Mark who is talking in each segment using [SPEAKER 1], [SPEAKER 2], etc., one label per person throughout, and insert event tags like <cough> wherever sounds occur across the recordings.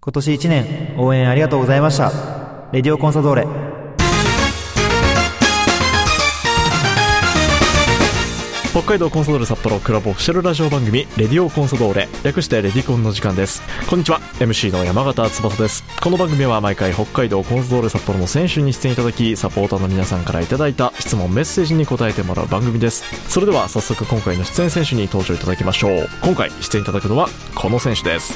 [SPEAKER 1] 今年1年応援ありがとうございました。レディオコンサドーレ。
[SPEAKER 2] 北海道コンサドーレ札幌クラブオフィシャルラジオ番組「レディオコンサドーレ」略して「レディコン」の時間ですこんにちは MC の山形翼ですこの番組は毎回北海道コンサドーレ札幌の選手に出演いただきサポーターの皆さんからいただいた質問メッセージに答えてもらう番組ですそれでは早速今回の出演選手に登場いただきましょう今回出演いただくのはこの選手です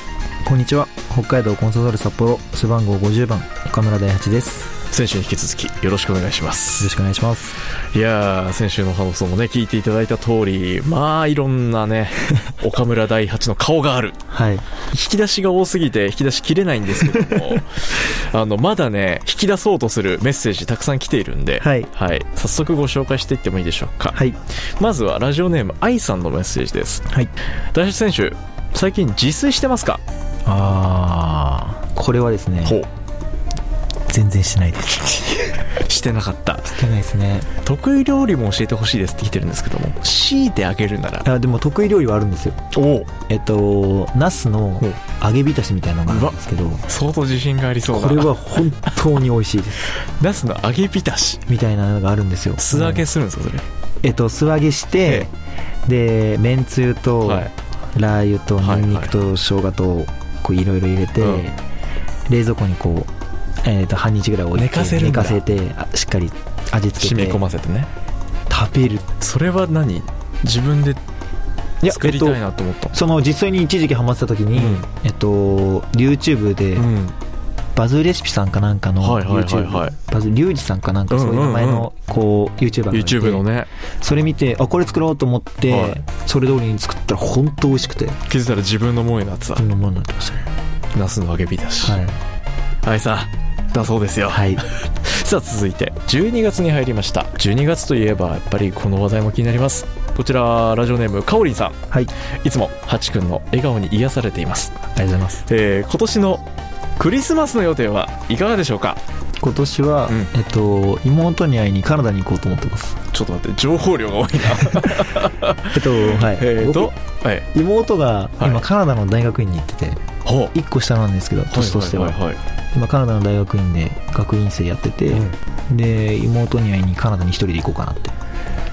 [SPEAKER 1] こんにちは。北海道コンサドーレ札幌、背番号50番、岡村大八です。よ
[SPEAKER 2] 選手に引き続きよろしくお願いします
[SPEAKER 1] ろしくお願いします。
[SPEAKER 2] いやー先週の放送もね聞いていただいた通りまあいろんなね <laughs> 岡村大八の顔がある
[SPEAKER 1] はい。
[SPEAKER 2] 引き出しが多すぎて引き出しきれないんですけ
[SPEAKER 1] <laughs>
[SPEAKER 2] どもあのまだね引き出そうとするメッセージたくさん来ているんで、
[SPEAKER 1] はい
[SPEAKER 2] 早速ご紹介していってもいいでしょうか、
[SPEAKER 1] はい。
[SPEAKER 2] まずはラジオネーム i さんのメッセージです
[SPEAKER 1] はい。
[SPEAKER 2] 大橋選手最近自炊してますか
[SPEAKER 1] あー、これはですね、
[SPEAKER 2] ほう <laughs>
[SPEAKER 1] 全然してないです。
[SPEAKER 2] してなかった
[SPEAKER 1] してないですね。
[SPEAKER 2] 得意料理も教えてほしいですって来てるんですけども強いてあげるなら
[SPEAKER 1] あでも得意料理はあるんですよ。
[SPEAKER 2] おお
[SPEAKER 1] えっと、ナスの
[SPEAKER 2] うん
[SPEAKER 1] 揚げ浸しみたいなのがあるんですけど、
[SPEAKER 2] 相当自信がありそう
[SPEAKER 1] こ
[SPEAKER 2] な
[SPEAKER 1] れは本当に美味しいです。
[SPEAKER 2] ナスの揚げ浸し
[SPEAKER 1] みたいなのがあるんですよ。
[SPEAKER 2] 素揚げするんですかそれ、
[SPEAKER 1] えっと、素揚げして、で、めんつゆと、
[SPEAKER 2] はい
[SPEAKER 1] ラー油と
[SPEAKER 2] はい
[SPEAKER 1] ニンニクと生姜とこういろいろ入れて、
[SPEAKER 2] うん
[SPEAKER 1] 冷蔵庫にこう、えー、と半日ぐらい置いて
[SPEAKER 2] 寝かせるんだ
[SPEAKER 1] せてあしっかり味付け
[SPEAKER 2] 染
[SPEAKER 1] て
[SPEAKER 2] み込ませてね
[SPEAKER 1] 食べる
[SPEAKER 2] それは何自分で
[SPEAKER 1] いや
[SPEAKER 2] 作りたいなと思った
[SPEAKER 1] その実際に一時期ハマってた時に、
[SPEAKER 2] うん
[SPEAKER 1] えっと YouTube で
[SPEAKER 2] うん
[SPEAKER 1] バズレシピさんかなんかの
[SPEAKER 2] はいはいはい
[SPEAKER 1] YouTube
[SPEAKER 2] はい
[SPEAKER 1] バズリュウジさんかなんか
[SPEAKER 2] うんう
[SPEAKER 1] そ
[SPEAKER 2] ん
[SPEAKER 1] ううんいう名前のこう YouTuber がいて
[SPEAKER 2] YouTube のね
[SPEAKER 1] それ見てあこれ作ろうと思って、
[SPEAKER 2] はい
[SPEAKER 1] それ通りに作ったら本当美味しくて
[SPEAKER 2] 気づいたら自分のものになってた
[SPEAKER 1] こんなものになってましたね
[SPEAKER 2] ナスの揚げびだし
[SPEAKER 1] はい、
[SPEAKER 2] はいさんだそうですよ
[SPEAKER 1] はい、
[SPEAKER 2] さあ続いて12月に入りました12月といえばやっぱりこの話題も気になりますこちらラジオネームかおりんさん
[SPEAKER 1] はい、
[SPEAKER 2] いつもハチくんの笑顔に癒されています、
[SPEAKER 1] ありがとうございます
[SPEAKER 2] えー今年のクリスマスの予定はいかがでしょうか
[SPEAKER 1] 今年は、
[SPEAKER 2] うん
[SPEAKER 1] えっと、妹に会いにカナダに行こうと思ってます。
[SPEAKER 2] ちょっと待って情報量が多いな
[SPEAKER 1] <laughs> えっと、はい。
[SPEAKER 2] えっとはい
[SPEAKER 1] 僕妹が今、
[SPEAKER 2] はい
[SPEAKER 1] カナダの大学院に行ってて、
[SPEAKER 2] ほう
[SPEAKER 1] 1個下なんですけど、年としては。
[SPEAKER 2] いはい
[SPEAKER 1] 今、カナダの大学院で学院生やってて、
[SPEAKER 2] うん
[SPEAKER 1] で、妹に会いにカナダに一人で行こうかなって。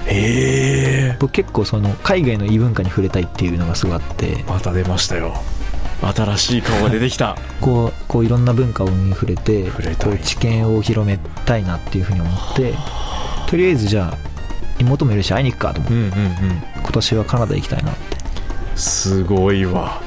[SPEAKER 2] へえ
[SPEAKER 1] 僕結構、その、海外の異文化に触れたいっていうのがすごいあって、
[SPEAKER 2] また出ましたよ新しい顔が出てきた
[SPEAKER 1] こう、こういろんな文化に触れて、
[SPEAKER 2] 触れた
[SPEAKER 1] こ
[SPEAKER 2] い
[SPEAKER 1] う、知見を広めたいなっていうふうに思って、とりあえずじゃあ、妹もいるし会いに行くかと思っ
[SPEAKER 2] う
[SPEAKER 1] て、
[SPEAKER 2] んうんうん
[SPEAKER 1] 今年はカナダ行きたいなって。
[SPEAKER 2] すごいわ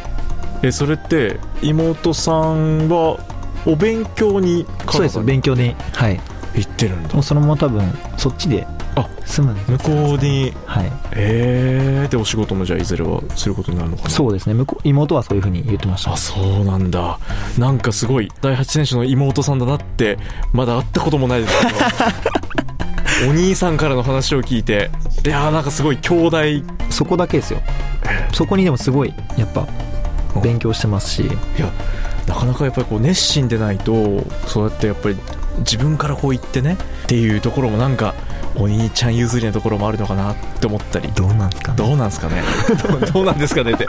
[SPEAKER 2] えそれって妹さんはお勉強にカ
[SPEAKER 1] そう
[SPEAKER 2] ナ
[SPEAKER 1] です
[SPEAKER 2] ダ
[SPEAKER 1] よ
[SPEAKER 2] に
[SPEAKER 1] 勉強ではい
[SPEAKER 2] 行ってるんだ
[SPEAKER 1] もうそのまま多分そっちで
[SPEAKER 2] あ
[SPEAKER 1] 住むんで
[SPEAKER 2] 向こうに
[SPEAKER 1] はい
[SPEAKER 2] えー、でお仕事もじゃあいずれはすることになるのかな
[SPEAKER 1] そうですね向こう妹はそういうふうに言ってました
[SPEAKER 2] あそうなんだなんかすごい第八選手の妹さんだなってまだ会ったこともないですけ
[SPEAKER 1] <laughs>
[SPEAKER 2] どお兄さんからの話を聞いていやーなんかすごい兄弟
[SPEAKER 1] そこだけですよそこにでもすごいやっぱ
[SPEAKER 2] うん
[SPEAKER 1] 勉強してますし
[SPEAKER 2] いやなかなかやっぱりこう熱心でないとそうやってやっぱり自分からこう言ってねっていうところもなんかお兄ちゃん譲りなところもあるのかなって思ったり
[SPEAKER 1] どうなんですかね
[SPEAKER 2] どうなんですか
[SPEAKER 1] <laughs>
[SPEAKER 2] ねどうどうなんですかねって、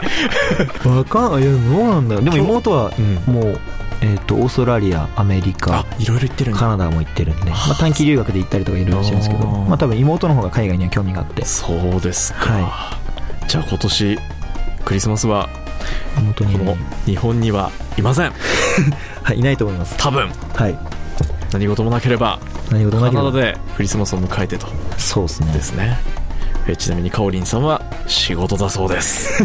[SPEAKER 1] わかんないいやどうなんだろうでも妹はもう、えっとオーストラリアアメリ
[SPEAKER 2] あ
[SPEAKER 1] カ
[SPEAKER 2] いろいろ言ってるん
[SPEAKER 1] カ
[SPEAKER 2] だ
[SPEAKER 1] ナダも行ってるんで、まあ、短期留学で行ったりとかいろいろしてるんですけど、
[SPEAKER 2] あー
[SPEAKER 1] まあ、多分妹の方が海外には興味があって
[SPEAKER 2] そうですか、
[SPEAKER 1] は
[SPEAKER 2] じゃあ今年クリスマスは
[SPEAKER 1] 妹に
[SPEAKER 2] こ
[SPEAKER 1] いる
[SPEAKER 2] の日本にはいません
[SPEAKER 1] はいいないと思います
[SPEAKER 2] 多分
[SPEAKER 1] はい
[SPEAKER 2] 何事もなければ
[SPEAKER 1] 何事も
[SPEAKER 2] カ
[SPEAKER 1] なけれ
[SPEAKER 2] ナ
[SPEAKER 1] ば
[SPEAKER 2] ダでクリスマスを迎えてと
[SPEAKER 1] そうですね
[SPEAKER 2] ですねえちなみにかおりんさんは仕事だそうです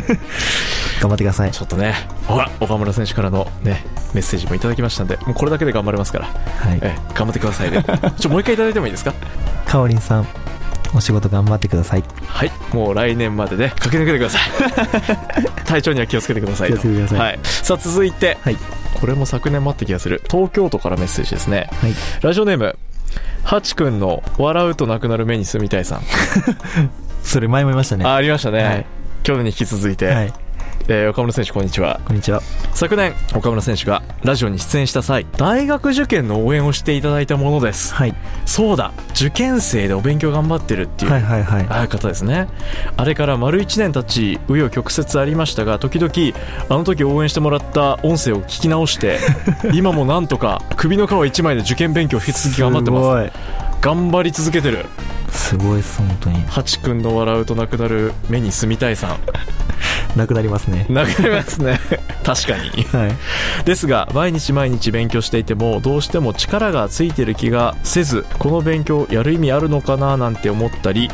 [SPEAKER 1] 頑張ってください
[SPEAKER 2] ちょっとね、ほら、岡村選手からのね、メッセージもいただきましたんで、もうこれだけで頑張れますから、
[SPEAKER 1] はい
[SPEAKER 2] ええ頑張ってくだ
[SPEAKER 1] <laughs>
[SPEAKER 2] さいね。ちょ、もう一回いただいてもいいですか
[SPEAKER 1] かおりんさんお仕事頑張ってください
[SPEAKER 2] はい、もう来年までね、駆け抜けてくださ
[SPEAKER 1] <laughs>
[SPEAKER 2] い。体調には気をつけてくださいと。
[SPEAKER 1] 気をつけてください
[SPEAKER 2] はい。さあ、続いて、
[SPEAKER 1] はい
[SPEAKER 2] これも昨年もあった気がする、東京都からメッセージですね。
[SPEAKER 1] はい
[SPEAKER 2] ラジオネーム、ハチくんの笑うとなくなる目に住みたいさん。
[SPEAKER 1] それ前も言いましたね
[SPEAKER 2] あ、ありましたね。
[SPEAKER 1] はい
[SPEAKER 2] 去年に引き続いて、
[SPEAKER 1] はい
[SPEAKER 2] えー岡村選手こんにちは
[SPEAKER 1] こんにちは
[SPEAKER 2] 昨年岡村選手がラジオに出演した際大学受験の応援をしていただいたものです
[SPEAKER 1] はい
[SPEAKER 2] そうだ受験生でお勉強頑張ってるっていう、
[SPEAKER 1] はいはいはい
[SPEAKER 2] ああ方ですねあれから丸1年経ち紆余曲折ありましたが時々あの時応援してもらった音声を聞き直して <laughs> 今もなんとか首の皮一枚で受験勉強を引き続き頑張ってます頑張り続けてる
[SPEAKER 1] すごいすごいです本当に
[SPEAKER 2] ハチ君の笑うとなくなる目に住みたいさ
[SPEAKER 1] なくなりますね
[SPEAKER 2] んなくなりますね確かに
[SPEAKER 1] はい
[SPEAKER 2] ですが毎日毎日勉強していてもどうしても力がついてる気がせずこの勉強やる意味あるのかななんて思ったり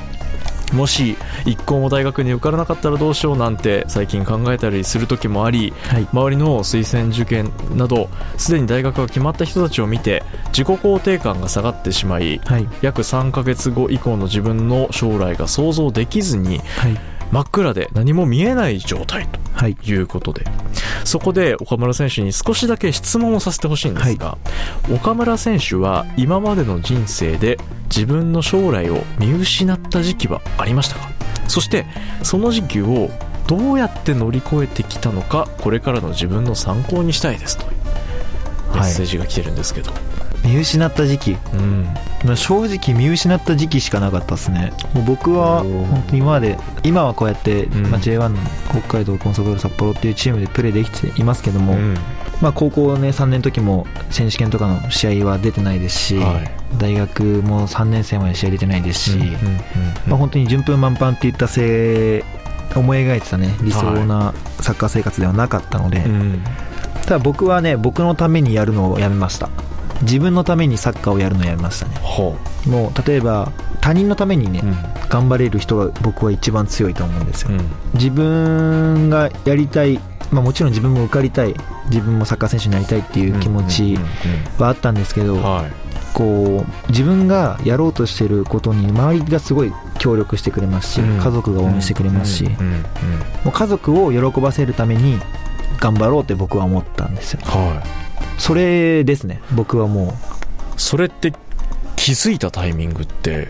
[SPEAKER 2] もし一校も大学に受からなかったらどうしようなんて最近考えたりする時もあり
[SPEAKER 1] はい
[SPEAKER 2] 周りの推薦受験などすでに大学が決まった人たちを見て自己肯定感が下がってしまい
[SPEAKER 1] はい
[SPEAKER 2] 約3ヶ月後以降の自分の将来が想像できずに
[SPEAKER 1] はい
[SPEAKER 2] 真っ暗で何も見えない状態と
[SPEAKER 1] はい
[SPEAKER 2] ということでそこで岡村選手に少しだけ質問をさせてほしいんですが、岡村選手は今までの人生で自分の将来を見失った時期はありましたかそしてその時期をどうやって乗り越えてきたのかこれからの自分の参考にしたいですというメッ
[SPEAKER 1] は
[SPEAKER 2] セー
[SPEAKER 1] い
[SPEAKER 2] ジが来てるんですけど、
[SPEAKER 1] 見失った時期
[SPEAKER 2] うん
[SPEAKER 1] まあ正直見失った時期しかなかったですねもう僕は
[SPEAKER 2] おー
[SPEAKER 1] 本当に今まで今はこうやって、
[SPEAKER 2] うん
[SPEAKER 1] まあ、J1 の北海道コンソドール札幌っていうチームでプレーできていますけども、
[SPEAKER 2] うん
[SPEAKER 1] まあ、高校ね3年の時も選手権とかの試合は出てないですし、
[SPEAKER 2] はい
[SPEAKER 1] 大学も3年生まで試合出てないですし、
[SPEAKER 2] うんうん
[SPEAKER 1] まあ、本当に順風満帆っていったせ思い描いてたね理想なサッカー生活ではなかったので、
[SPEAKER 2] うん
[SPEAKER 1] ただ僕はね僕のためにやるのをやめました自分のためにサッカーをやるのをやめましたね
[SPEAKER 2] ほ
[SPEAKER 1] もう例えば他人のためにね、
[SPEAKER 2] ううん
[SPEAKER 1] 頑張れる人が僕は一番強いと思うんですよ、
[SPEAKER 2] うん
[SPEAKER 1] 自分がやりたい、まあ、もちろん自分も受かりたい自分もサッカー選手になりたいっていう気持ち
[SPEAKER 2] うんう
[SPEAKER 1] はあったんですけど、
[SPEAKER 2] んうんはい
[SPEAKER 1] こう自分がやろうとしてることに周りがすごい協力してくれますし、
[SPEAKER 2] うん
[SPEAKER 1] 家族が応援してくれますし、
[SPEAKER 2] うんうんうん
[SPEAKER 1] もう家族を喜ばせるために頑張ろうって僕は思ったんですよ
[SPEAKER 2] はい
[SPEAKER 1] それですね僕はも
[SPEAKER 2] それって気づいたタイミングって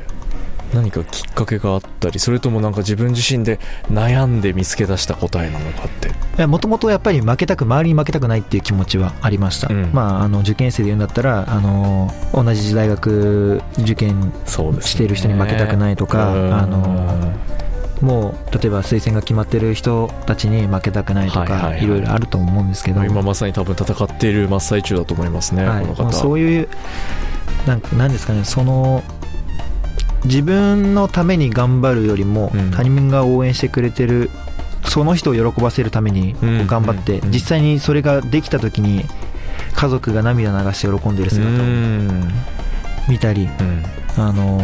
[SPEAKER 2] 何かきっかけがあったりそれともなんか自分自身で悩んで見つけ出した答えなのかって
[SPEAKER 1] うもともとやっぱり負けたく周りに負けたくないっていう気持ちはありました、
[SPEAKER 2] うん
[SPEAKER 1] まああの受験生で言うんだったらあの同じ大学受験
[SPEAKER 2] そうですね
[SPEAKER 1] している人に負けたくないとか
[SPEAKER 2] うん
[SPEAKER 1] あのもう例えば推薦が決まってる人たちに負けたくないと
[SPEAKER 2] はいはいは
[SPEAKER 1] か
[SPEAKER 2] い
[SPEAKER 1] いろいろあると思うんですけど、
[SPEAKER 2] 今まさに多分戦っている真っ最中だと思いますね、
[SPEAKER 1] はい、
[SPEAKER 2] この方
[SPEAKER 1] もうそういうなんかなんですかねその自分のために頑張るよりも、
[SPEAKER 2] うん
[SPEAKER 1] 他人が応援してくれてるその人を喜ばせるためにこ
[SPEAKER 2] うん
[SPEAKER 1] う頑張って、
[SPEAKER 2] うんうん
[SPEAKER 1] 実際にそれができた時に家族が涙流して喜んでる
[SPEAKER 2] う
[SPEAKER 1] 姿を
[SPEAKER 2] ん
[SPEAKER 1] 見たり、
[SPEAKER 2] うん
[SPEAKER 1] あの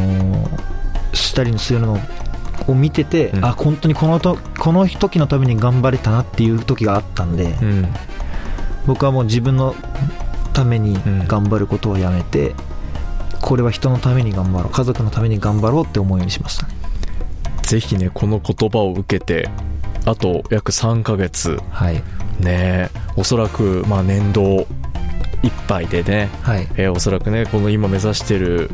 [SPEAKER 1] ーしたりするのを見てて、
[SPEAKER 2] うん
[SPEAKER 1] あ本当にこのとこの時のために頑張れたなっていう時があったんで、
[SPEAKER 2] うん
[SPEAKER 1] 僕はもう自分のために頑張ることをやめて、これは人のために頑張ろう家族のために頑張ろうって思うようにしましたね
[SPEAKER 2] ぜひねこの言葉を受けてあと約3ヶ月
[SPEAKER 1] はい
[SPEAKER 2] ねおそらくまあ年度いっぱいでね
[SPEAKER 1] はい
[SPEAKER 2] えーおそらくねこの今目指してる、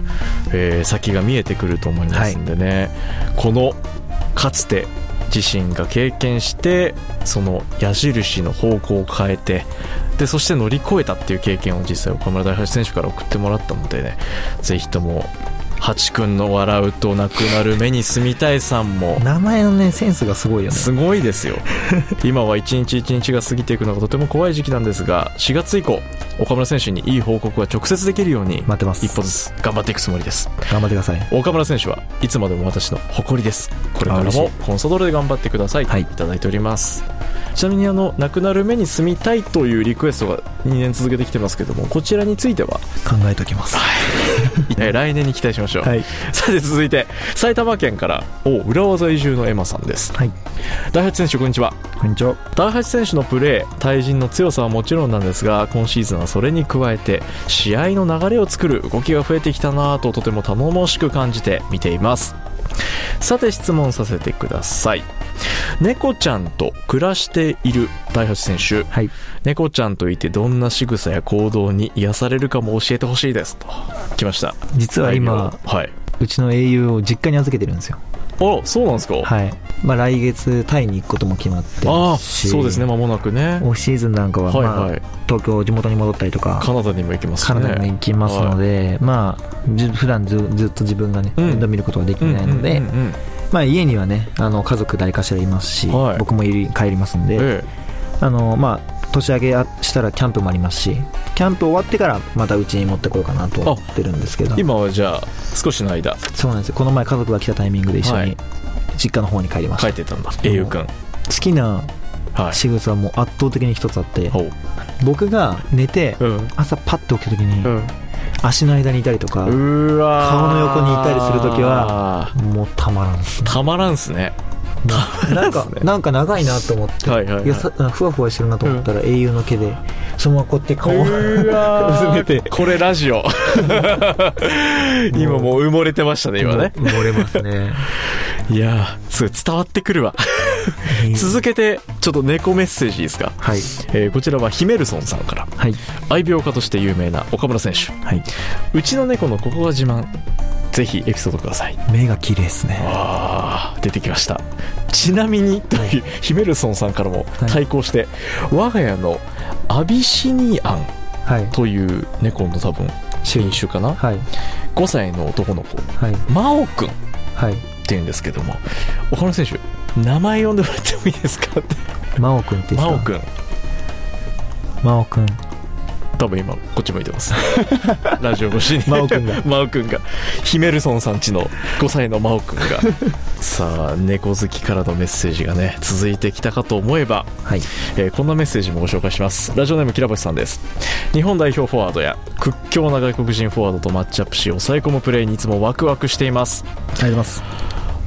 [SPEAKER 2] えー先が見えてくると思いますんでね、このかつて自身が経験してその矢印の方向を変えてでそして乗り越えたっていう経験を実際岡村大橋選手から送ってもらったのでねぜひとも八君の笑うとなくなる目に住みたいさんも
[SPEAKER 1] 名前のねセンスがすごいよね
[SPEAKER 2] すごいですよ今は一日一日が過ぎていくのがとても怖い時期なんですが4月以降岡村選手にいい報告が直接できるように
[SPEAKER 1] 待ってます
[SPEAKER 2] 一歩ずつ頑張っていくつもりです
[SPEAKER 1] 頑張ってください
[SPEAKER 2] 岡村選手はいつまでも私の誇りですこれから
[SPEAKER 1] あ嬉
[SPEAKER 2] も
[SPEAKER 1] し
[SPEAKER 2] コンソドールで頑張ってください、
[SPEAKER 1] はい
[SPEAKER 2] いただいておりますちなみにあの亡くなる目に住みたいというリクエストが2年続けてきてますけどもこちらについては
[SPEAKER 1] 考えておきます
[SPEAKER 2] えー来年に期待しましょう、
[SPEAKER 1] はい
[SPEAKER 2] <laughs> さて続いて埼玉県からお浦和在住のエマさんです
[SPEAKER 1] はい
[SPEAKER 2] 大八選手こんにちは
[SPEAKER 1] こんにちは
[SPEAKER 2] 高橋選手のプレー対人の強さはもちろんなんですが今シーズンはそれに加えて試合の流れを作る動きが増えてきたなぁととても頼もしく感じて見ていますさて質問させてください猫ちゃんと暮らしている大橋選手
[SPEAKER 1] はい
[SPEAKER 2] 猫ちゃんといてどんな仕草や行動に癒されるかも教えてほしいですと来ました
[SPEAKER 1] 実は今
[SPEAKER 2] はい、
[SPEAKER 1] うちの英雄を実家に預けてるんですよ
[SPEAKER 2] あらそうなんですか、
[SPEAKER 1] はいまあ、来月タイに行くことも決まって
[SPEAKER 2] ああ
[SPEAKER 1] ますし
[SPEAKER 2] そうですね間もなくね
[SPEAKER 1] オフシーズンなんかは、
[SPEAKER 2] はい
[SPEAKER 1] ま
[SPEAKER 2] は
[SPEAKER 1] あ
[SPEAKER 2] い、
[SPEAKER 1] 東京地元に戻ったりとか
[SPEAKER 2] カナダにも行きますし
[SPEAKER 1] カ
[SPEAKER 2] ね
[SPEAKER 1] ナダに行きますので、まあじ普段ずずっと自分がね、
[SPEAKER 2] うん
[SPEAKER 1] 面倒見ることができて
[SPEAKER 2] うん
[SPEAKER 1] ないので、
[SPEAKER 2] うんうんうん
[SPEAKER 1] まあ、家にはねあの家族誰かしらいますし、
[SPEAKER 2] はい
[SPEAKER 1] 僕もいる帰りますんで、
[SPEAKER 2] え
[SPEAKER 1] あのまあ年明けあしたらキャンプもありますしキャンプ終わってからまたうちに持ってこようかなと思ってるんですけど
[SPEAKER 2] え今はじゃあ少しの間
[SPEAKER 1] そうなんですよこの前家族が来たタイミングで一緒
[SPEAKER 2] は
[SPEAKER 1] に
[SPEAKER 2] い
[SPEAKER 1] 実家の方に帰りました、
[SPEAKER 2] 書いてたんだ
[SPEAKER 1] そう
[SPEAKER 2] 英雄君
[SPEAKER 1] 好きな
[SPEAKER 2] はい
[SPEAKER 1] 仕草はもう圧倒的に一つあって
[SPEAKER 2] ほう
[SPEAKER 1] 僕が寝て
[SPEAKER 2] うん
[SPEAKER 1] 朝パッと起きた時に
[SPEAKER 2] ん
[SPEAKER 1] 足の間にいたりとか、
[SPEAKER 2] うわー
[SPEAKER 1] 顔の横にいたりするときはもうたまらんですね
[SPEAKER 2] たまらんっすね
[SPEAKER 1] なんかなんか長いなと思って、
[SPEAKER 2] はいはいはい
[SPEAKER 1] やさふわふわしてるなと思ったら英雄の毛でそのままこうやって顔を
[SPEAKER 2] うわー
[SPEAKER 1] <laughs> 薄めて
[SPEAKER 2] これラ
[SPEAKER 1] <laughs>
[SPEAKER 2] ジオ今もう埋もれてましたね今ね
[SPEAKER 1] もう漏れますね
[SPEAKER 2] いやーすごい伝わってくるわ続けてちょっと猫メッセージいいですか、
[SPEAKER 1] はい
[SPEAKER 2] えーこちらはヒメルソンさんから
[SPEAKER 1] はい
[SPEAKER 2] 愛病家として有名な岡村選手
[SPEAKER 1] はいう
[SPEAKER 2] ちの猫のここが自慢ぜひエピソードください
[SPEAKER 1] 目が綺麗ですね
[SPEAKER 2] あー出てきましたちなみにというヒメルソンさんからも
[SPEAKER 1] はい
[SPEAKER 2] 対抗して、我が家のアビシニアン
[SPEAKER 1] はい
[SPEAKER 2] という猫の多分品種かな
[SPEAKER 1] はい
[SPEAKER 2] 5歳の男の子
[SPEAKER 1] はい
[SPEAKER 2] 真央くんって
[SPEAKER 1] はい
[SPEAKER 2] 言うんですけども岡村選手名前呼んでもらってもいいですかって
[SPEAKER 1] 真央くんって
[SPEAKER 2] 真
[SPEAKER 1] 言
[SPEAKER 2] 央
[SPEAKER 1] って
[SPEAKER 2] くん
[SPEAKER 1] た真央くん
[SPEAKER 2] 多分今こっち向い
[SPEAKER 1] <laughs>
[SPEAKER 2] てますラジオ越しに
[SPEAKER 1] 真央くんが
[SPEAKER 2] <laughs> 真央くんがヒメルソンさんちの5歳の真央くん
[SPEAKER 1] <laughs>
[SPEAKER 2] がさあ猫好きからのメッセージがね続いてきたかと思えば
[SPEAKER 1] はい
[SPEAKER 2] えーこんなメッセージもご紹介しますラジオネームキラボシさんです日本代表フォワードや屈強な外国人フォワードとマッチアップし抑え込むプレーにいつもワクワクしています
[SPEAKER 1] ありがとうございます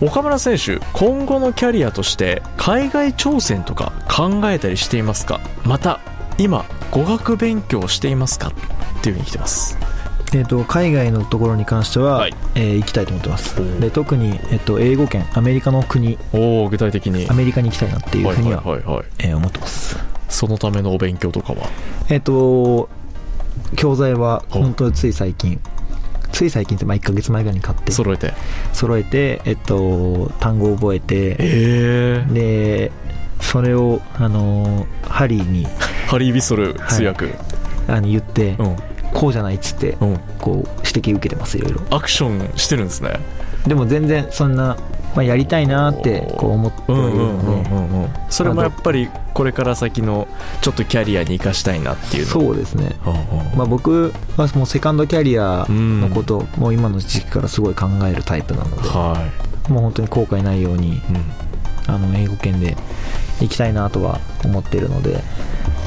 [SPEAKER 2] 岡村選手今後のキャリアとして海外挑戦とか考えたりしていますかまた今語学勉強していますかっていうふうに来てます
[SPEAKER 1] えっと海外のところに関しては、
[SPEAKER 2] はい
[SPEAKER 1] えー行きたいと思ってます
[SPEAKER 2] おー
[SPEAKER 1] で特に、えっと英語圏アメリカの国
[SPEAKER 2] おお具体的に
[SPEAKER 1] アメリカに行きたいなっていうふうには,、
[SPEAKER 2] はいはいはいはい
[SPEAKER 1] えー思ってます
[SPEAKER 2] そのためのお勉強とかは
[SPEAKER 1] えっ、と教材は本当につい最近つい最近って、まあ、1ヶ月前ぐらいに買って
[SPEAKER 2] 揃えて
[SPEAKER 1] 揃えて、えっと、単語を覚えて
[SPEAKER 2] ええ
[SPEAKER 1] でそれをあのーハリーに
[SPEAKER 2] ハリー・ビストル通訳、
[SPEAKER 1] あの言って、こうじゃないっつって
[SPEAKER 2] うんうん
[SPEAKER 1] こう指摘受けてますいろいろ
[SPEAKER 2] アクションしてるんですね
[SPEAKER 1] でも全然そんな、まあ、やりたいなってこう思って
[SPEAKER 2] う
[SPEAKER 1] いる
[SPEAKER 2] んうんうん
[SPEAKER 1] ので
[SPEAKER 2] うんうんそれもやっぱりこれから先のちょっとキャリアに生かしたいなっていうの
[SPEAKER 1] そうですね
[SPEAKER 2] うんうん
[SPEAKER 1] まあ、僕はもうセカンドキャリア
[SPEAKER 2] うん
[SPEAKER 1] のことをもう今の時期からすごい考えるタイプなので、
[SPEAKER 2] は
[SPEAKER 1] もう本当に後悔ないように
[SPEAKER 2] い、うん、
[SPEAKER 1] あの英語圏で行きたいなとは思っているので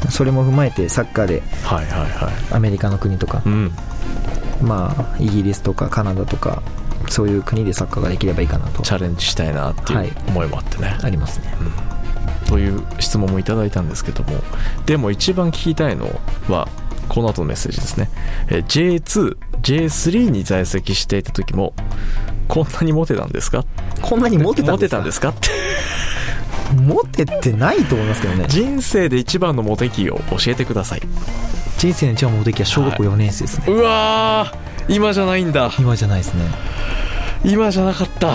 [SPEAKER 1] それも踏まえてサッカーで
[SPEAKER 2] はいはいは
[SPEAKER 1] アメリカの国とか
[SPEAKER 2] い、う、ん、
[SPEAKER 1] まあ、イギリスとかカナダとかそういう国でサッカーができればいいかなと
[SPEAKER 2] チャレンジしたいなって
[SPEAKER 1] はいいう
[SPEAKER 2] 思いもあってね、
[SPEAKER 1] ありますね
[SPEAKER 2] という質問もいただいたんですけどもでも一番聞きたいのはこの後のメッセージですねえー J2J3 に在籍していた時もこんなにモテたんですか
[SPEAKER 1] こんなにモテたん
[SPEAKER 2] モ
[SPEAKER 1] で
[SPEAKER 2] テ
[SPEAKER 1] すか
[SPEAKER 2] たんですかって
[SPEAKER 1] モテてないと思いますけどね
[SPEAKER 2] 人生で一番のモテ期を教えてください
[SPEAKER 1] 人生の一番モテ期は小学校4年生ですね、
[SPEAKER 2] うわー今じゃないんだ
[SPEAKER 1] 今じゃないですね
[SPEAKER 2] 今じゃなかった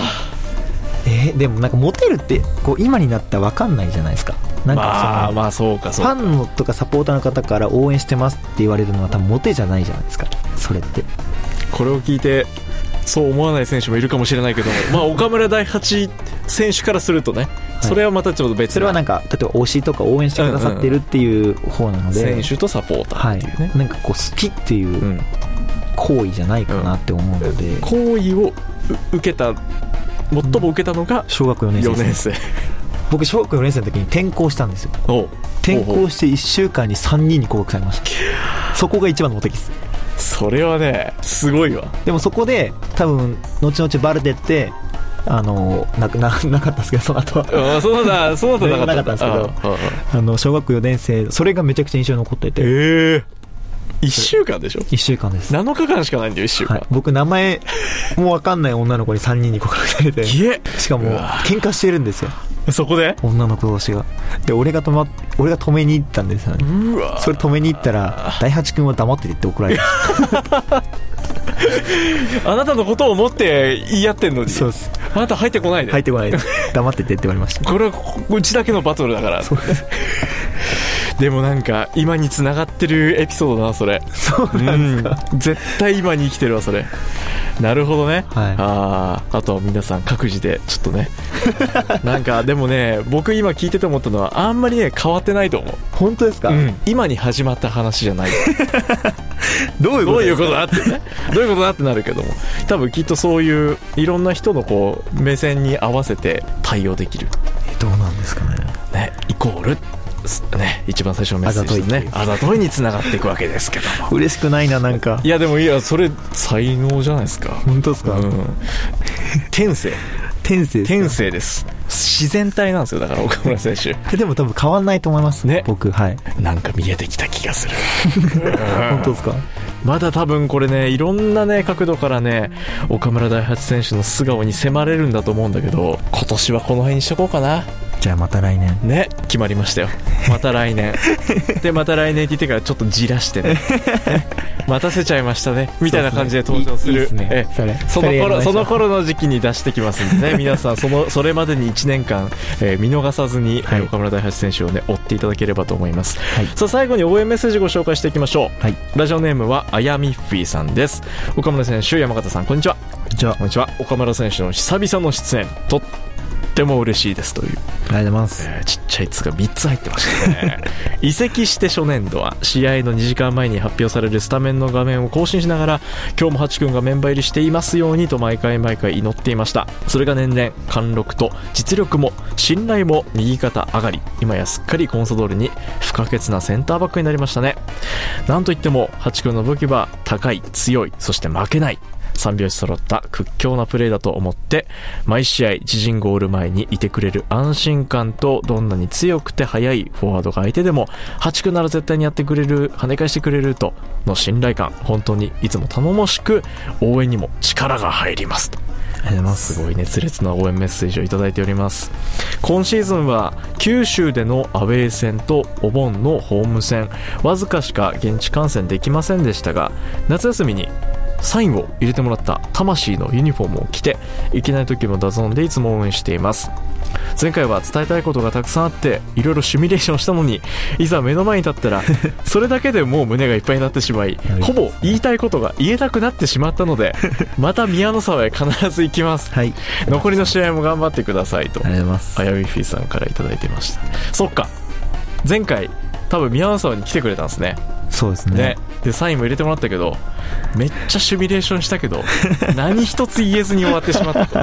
[SPEAKER 1] えーでもなんかモテるってこう今になったら分かんないじゃないですかなん
[SPEAKER 2] ま
[SPEAKER 1] か
[SPEAKER 2] あまあそうか
[SPEAKER 1] そ
[SPEAKER 2] そう
[SPEAKER 1] の
[SPEAKER 2] か
[SPEAKER 1] ファンのとかサポーターの方から応援してますって言われるのは多分モテじゃないじゃないですかそれって
[SPEAKER 2] これを聞いてそう思わない選手もいるかもしれないけどもまあ岡村大八選手からするとね、それはまたちょっと別
[SPEAKER 1] それはなんか例えば推しとか応援してくださってるっていう方なので、
[SPEAKER 2] 選手とサポーター
[SPEAKER 1] はい
[SPEAKER 2] っていうね、、
[SPEAKER 1] なんかこう好きっていううん行為じゃないかなって思うので、
[SPEAKER 2] 行為をう受けた最も受けたのが
[SPEAKER 1] 小学4年生
[SPEAKER 2] 4
[SPEAKER 1] ですね
[SPEAKER 2] 年生
[SPEAKER 1] 僕小学4年生の時に転校したんですよ
[SPEAKER 2] おう
[SPEAKER 1] 転
[SPEAKER 2] おうお
[SPEAKER 1] 校
[SPEAKER 2] う
[SPEAKER 1] して1週間に3人に降格されましたそこが一番のモテ期です
[SPEAKER 2] それはねすごいわ
[SPEAKER 1] でもそこで多分後々バレてってあのなくななかったんですけどその後は
[SPEAKER 2] あそうだそうだなか
[SPEAKER 1] なかっ
[SPEAKER 2] った
[SPEAKER 1] たんです <laughs>
[SPEAKER 2] けど
[SPEAKER 1] あの小学4年生それがめちゃくちゃ印象に残ってて
[SPEAKER 2] ええ1週間でしょ
[SPEAKER 1] 1週間です、
[SPEAKER 2] 7日間しかないんだよ1週
[SPEAKER 1] は
[SPEAKER 2] 間、
[SPEAKER 1] い、僕名前も分かんない女の子に3人に告白されてし
[SPEAKER 2] いえ
[SPEAKER 1] かも
[SPEAKER 2] うわ
[SPEAKER 1] 喧嘩してるんですよ
[SPEAKER 2] <laughs> そこで
[SPEAKER 1] 女の子同士がで俺が止,、ま、俺が止めに行ったんですよね
[SPEAKER 2] うわ
[SPEAKER 1] それ止めに行ったら大八君は黙っててって怒られまし
[SPEAKER 2] あなたのことを思って言い合ってんの
[SPEAKER 1] <laughs>
[SPEAKER 2] に
[SPEAKER 1] そうです
[SPEAKER 2] あなた入ってこないで、
[SPEAKER 1] 入ってこないで黙っててって言われました
[SPEAKER 2] これはここうちだけのバトルだから
[SPEAKER 1] そうです
[SPEAKER 2] <laughs> でもなんか今に繋がってるエピソードだなそれ
[SPEAKER 1] そうなんですか、
[SPEAKER 2] うん絶対今に生きてるわそれなるほどね、
[SPEAKER 1] はい
[SPEAKER 2] あーあとは皆さん各自でちょっ
[SPEAKER 1] <laughs>
[SPEAKER 2] とねなんかでもね僕今聞いてて思ったのはあんまりね変わってないと思う、
[SPEAKER 1] <laughs> 本当ですか、
[SPEAKER 2] 今に始まった話じゃない
[SPEAKER 1] どういう
[SPEAKER 2] ど
[SPEAKER 1] こ
[SPEAKER 2] う
[SPEAKER 1] と
[SPEAKER 2] い
[SPEAKER 1] で
[SPEAKER 2] う
[SPEAKER 1] す
[SPEAKER 2] こ
[SPEAKER 1] か
[SPEAKER 2] とだってねどういうことだってなるけども多分きっとそういういろんな人のこう目線に合わせて対応できる
[SPEAKER 1] どうなんですかね
[SPEAKER 2] ねイコールすね、一番最初のメッセージですねあざといにつながっていくわけですけども
[SPEAKER 1] 嬉しくないななんか
[SPEAKER 2] いやでもいやそれ才能じゃないですか
[SPEAKER 1] 本当ですか、
[SPEAKER 2] うん、天性
[SPEAKER 1] 天性ですか
[SPEAKER 2] 天性です自然体なんですよだから岡村選手
[SPEAKER 1] えでも多分変わんないと思います
[SPEAKER 2] ね
[SPEAKER 1] 僕はい
[SPEAKER 2] なんか見えてきた気がする
[SPEAKER 1] 本当ですか
[SPEAKER 2] まだ多分これねいろんなね角度からね岡村大八選手の素顔に迫れるんだと思うんだけど今年はこの辺にしとこうかな
[SPEAKER 1] じゃあまた来年
[SPEAKER 2] ね決まりましたよまた
[SPEAKER 1] <laughs>
[SPEAKER 2] 来年でまた来年って言ってからちょっとじらしてねね待たせちゃいましたねみたいな感じで登場する
[SPEAKER 1] いいっね
[SPEAKER 2] ええ
[SPEAKER 1] それ
[SPEAKER 2] その
[SPEAKER 1] れやり
[SPEAKER 2] 頃
[SPEAKER 1] ましょ
[SPEAKER 2] そうの頃の時期に出してきますん
[SPEAKER 1] <laughs>
[SPEAKER 2] でね皆さんそのそれまでに1年間、えー見逃さずに、えー
[SPEAKER 1] はい
[SPEAKER 2] 岡村大橋選手を、ね、追っていただければと思います、
[SPEAKER 1] はい
[SPEAKER 2] さあ最後に応援メッセージご紹介していきましょう、
[SPEAKER 1] はい
[SPEAKER 2] ラジオネームはあやみっふぃさんです岡村選手山形さんこんにちは
[SPEAKER 1] じゃあ
[SPEAKER 2] こんにちは岡村選手の久々の出演とっても嬉しいですと
[SPEAKER 1] あ
[SPEAKER 2] いう
[SPEAKER 1] りがとうございます
[SPEAKER 2] えーちっちゃい「つ」が3つ入ってましたね移籍して初年度は試合の2時間前に発表されるスタメンの画面を更新しながら今日もハチ君がメンバー入りしていますようにと毎回毎回祈っていましたそれが年々貫禄と実力も信頼も右肩上がり今やすっかりコンソドールに不可欠なセンターバックになりましたねなんといってもハチ君の武器は高い強いそして負けない三拍子揃った屈強なプレーだと思って毎試合自陣ゴール前にいてくれる安心感とどんなに強くて速いフォワードが相手でも8区なら絶対にやってくれる跳ね返してくれるとの信頼感本当にいつも頼もしく応援にも力が入りますと
[SPEAKER 1] ありがとうございます
[SPEAKER 2] すごい熱烈な応援メッセージをいただいております今シーズンは九州でのアウェー戦とお盆のホーム戦わずかしか現地観戦できませんでしたが夏休みにサインを入れてもらった魂のユニフォームを着ていけない時もダゾーンでいつも応援しています前回は伝えたいことがたくさんあっていろいろシミュレーションしたのにいざ目の前に立ったらそれだけでもう胸がいっぱいになってしまいほぼ言いたいことが言えなくなってしまったのでまた宮の沢へ必ず行きます
[SPEAKER 1] はい
[SPEAKER 2] 残りの試合も頑張ってくださいと
[SPEAKER 1] ありがとうございます
[SPEAKER 2] あやみフィーさんからいただいてましたそっか前回多分宮の沢に来てくれたんですね
[SPEAKER 1] そうですね
[SPEAKER 2] ねでサインも入れてもらったけどめっちゃシミュレーションし
[SPEAKER 1] <laughs>
[SPEAKER 2] たけど何一つ言えずに終わってしまったと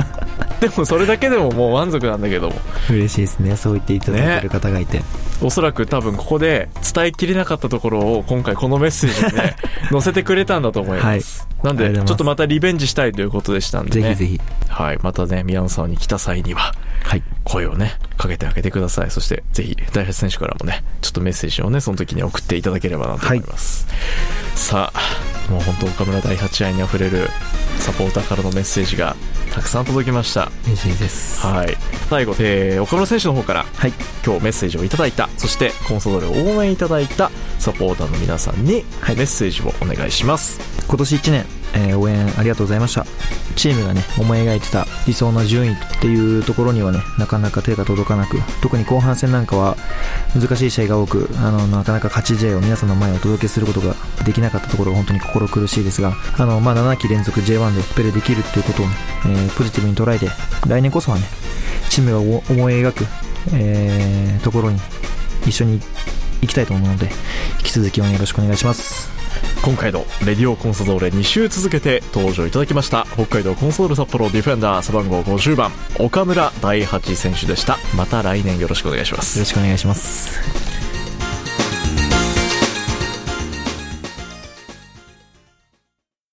[SPEAKER 2] でもそれだけでももう満足なんだけども
[SPEAKER 1] 嬉しいですねそう言っていただける方がいて、
[SPEAKER 2] おそらく多分ここで伝えきれなかったところを今回このメッセージ
[SPEAKER 1] <laughs>
[SPEAKER 2] にね載せてくれたんだと思います、なん
[SPEAKER 1] あ
[SPEAKER 2] で
[SPEAKER 1] り
[SPEAKER 2] ち
[SPEAKER 1] がとうござい
[SPEAKER 2] ょ
[SPEAKER 1] ます
[SPEAKER 2] っとまたリベンジしたいということでしたんで
[SPEAKER 1] ぜ
[SPEAKER 2] ね
[SPEAKER 1] ひぜひ
[SPEAKER 2] はい、またね宮野さんに来た際には
[SPEAKER 1] はい
[SPEAKER 2] 声をねかけてあげてくださいそしてぜひ大橋選手からもねちょっとメッセージをねその時に送っていただければなと思います、さあもう本当岡村大八愛にあふれるサポーターからのメッセージがたくさん届きました
[SPEAKER 1] 嬉しいです
[SPEAKER 2] はい最後、えー岡村選手の方から
[SPEAKER 1] はい
[SPEAKER 2] 今日メッセージをいただいたそしてコンソドールを応援いただいたサポーターの皆さんにメッセージをお願いします、
[SPEAKER 1] 今年1年、えー応援ありがとうございましたチームがね思い描いてた理想の順位っていうところにはねなかなか手が届かなく特に後半戦なんかは難しい試合が多くあのなかなか勝ち試合を皆さんの前にお届けすることができなかったところ本当に心苦しいですがあの、まあ、7期連続 J1 でプレーできるっていうことをね、えーポジティブに捉えて来年こそはねチームが思思い描く、えーところに一緒に行きたいと思うので引き続き応援よろしくお願いします
[SPEAKER 2] 今回のレディオコンソドーレ2週続けて登場いただきました北海道コンソドーレ札幌ディフェンダー背番号50番岡村大八選手でしたまた来年よろしくお願いしま
[SPEAKER 1] よろ
[SPEAKER 2] す
[SPEAKER 1] しくお願いします